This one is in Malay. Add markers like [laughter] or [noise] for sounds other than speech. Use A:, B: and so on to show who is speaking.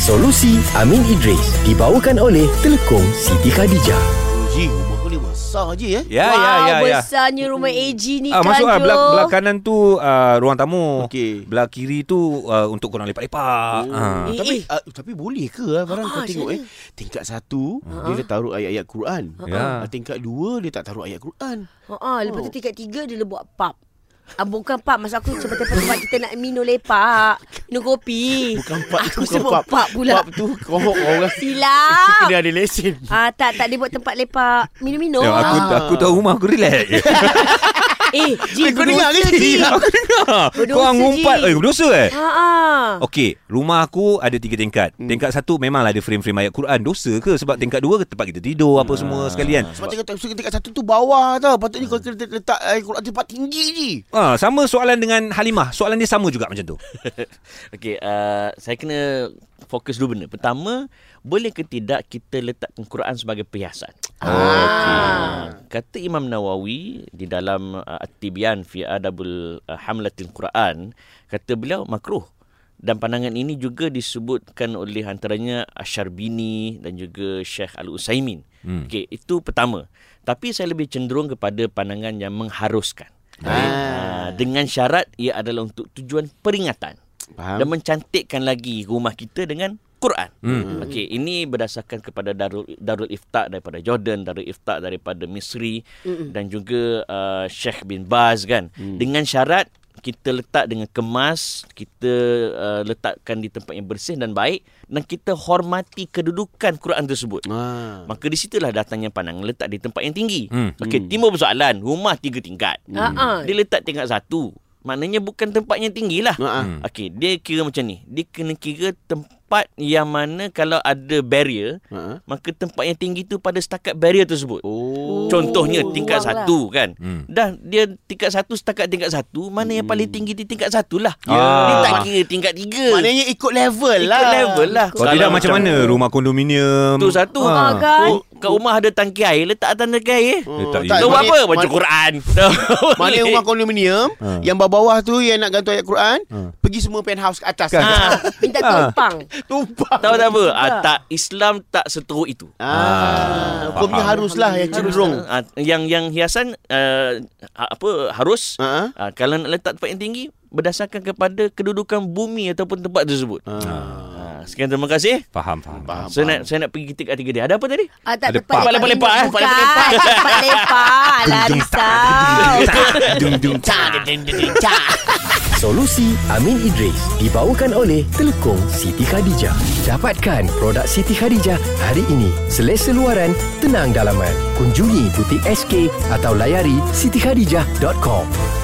A: Solusi Amin Idris dibawakan oleh Telekom Siti Khadijah.
B: Ji, rumah kau ni besar je eh.
C: Ya,
D: Wow,
C: ya, ya, ya.
D: besarnya rumah AG ni kan,
C: Ah, masuk
D: Kelanjo.
C: ah, belah, belah kanan tu uh, ruang tamu.
B: Okey.
C: Belah kiri tu uh, untuk korang lepak-lepak. Oh. Ah.
D: Eh,
B: Tapi
D: eh.
B: uh, tapi boleh ke ah barang
D: Ah,
B: kau tengok eh
D: macam
B: tingkat satu dia dah taruh ayat-ayat Quran. Ah,
C: Ya.
B: Tingkat dua dia tak taruh ayat Quran.
D: Ha ah, lepas
C: Oh.
D: tu tiga-tiga dia buat pub. Ah, bukan pub Maksud aku Sebab tempat kita nak minum lepak Minum kopi
B: Bukan pub
D: Eh, Aku
B: tu bukan
D: sebut pub pula
B: Pub tu kau orang
D: Silap
B: kena ada lesen.
D: Ah tak tak dia buat tempat lepak minum-minum.
C: Ya, aku
B: Ah.
C: aku tahu rumah aku relax.
D: eh, Ji,
B: Eh, kau dengar ke, Ji?
D: Ji.
C: Ya, aku dengar.
D: Berdosa,
C: Kau ngumpat
D: Ji.
C: eh berdosa eh.
D: Ha ah.
C: Okey, rumah aku ada tiga tingkat. Hmm. Tingkat satu memanglah ada frame-frame ayat Quran. Dosa ke sebab tingkat dua tempat kita tidur apa semua sekalian.
B: Sebab tingkat, tingkat, tingkat satu tu bawah tau. Patutnya kau kena letak ayat Quran tempat tinggi je.
C: Ah, sama soalan dengan Halimah. Soalan dia sama juga macam tu.
E: Okey, uh, saya kena fokus dua benda. Pertama, boleh ke tidak kita letakkan Quran sebagai perhiasan? Ah. Kata Imam Nawawi di dalam uh, At-Tibyan fi Adabul uh, Hamlatil Quran, kata beliau makruh. Dan pandangan ini juga disebutkan oleh antaranya Asyarbini dan juga Syekh Al-Usaimin. Hmm. Okey, itu pertama. Tapi saya lebih cenderung kepada pandangan yang mengharuskan. Ah. Dengan syarat ia adalah untuk tujuan peringatan
B: Faham?
E: dan mencantikkan lagi rumah kita dengan Quran. Hmm. Okey, ini berdasarkan kepada Darul Darul Ifta daripada Jordan, Darul Ifta daripada Misri hmm. dan juga uh, Sheikh bin Baz kan. Hmm. Dengan syarat kita letak dengan kemas, kita uh, letakkan di tempat yang bersih dan baik dan kita hormati kedudukan Quran tersebut.
B: Ah.
E: Ha. Maka di situlah datangnya pandangan letak di tempat yang tinggi. Hmm. Okey, timbul persoalan, rumah tiga tingkat.
D: Ha ah.
E: Dia letak tingkat satu. Maknanya bukan tempat yang tinggi lah.
B: Ha-ha.
E: Hmm. Okey, dia kira macam ni. Dia kena kira tempat yang mana kalau ada barrier,
B: Ha-ha.
E: maka tempat yang tinggi tu pada setakat barrier
B: Ha.
E: tersebut.
B: Oh.
E: Contohnya
D: Oh,
E: tingkat
D: ruang lah.
E: satu kan. Hmm. Dah dia tingkat satu setakat tingkat satu, mana yang paling tinggi di tingkat satu lah.
C: Ah.
E: Dia tak kira tingkat tiga.
B: Maknanya ikut level
E: Ikut
B: lah.
E: level lah.
C: Kalau tidak macam mana rumah kondominium? Eh,
E: Tu satu.
D: Ah, kan?
E: Oh, Kat rumah ada tangki air, letak atas tangki air.
B: Oh,
C: Letak
B: tak,
C: Eh,
E: Tahu buat
B: maknanya-
E: apa? Baca
B: mak-
E: Quran. [laughs]
B: [laughs] Maknanya rumah kondominium Yang bawah-bawah tu Yang nak gantung ayat Quran Pergi semua penthouse ke atas
C: Kan.
B: Ah. [laughs]
D: Minta tumpang.
B: Tumpang
E: Tahu tak apa? Ah, tak Islam tak seteruk itu.
B: Ah, Hukumnya haruslah Yang cenderung
E: Ah, yang yang hiasan uh, apa harus
B: Ha?
E: uh-huh. uh, kalau nak letak tempat yang tinggi berdasarkan kepada kedudukan bumi ataupun tempat tersebut. Uh. Uh, sekian terima kasih.
C: Faham,
E: [laughs]
C: faham. faham.
E: Saya nak saya nak pergi tiga tiga dia. Ada apa tadi?
D: Ah, tak
C: Ada
D: tempat
C: pub.
E: Lepak, lepak,
D: minum.
E: lepak, eh.
D: Bukan,
E: Lepak, lepak,
D: tempat lepak. Lah risau.
C: Dung dung
A: Solusi Amin Idris dibawakan oleh Telekom Siti Khadijah. Dapatkan produk Siti Khadijah hari ini. Selesa luaran, tenang dalaman. Kunjungi butik SK atau layari sitikhadijah.com.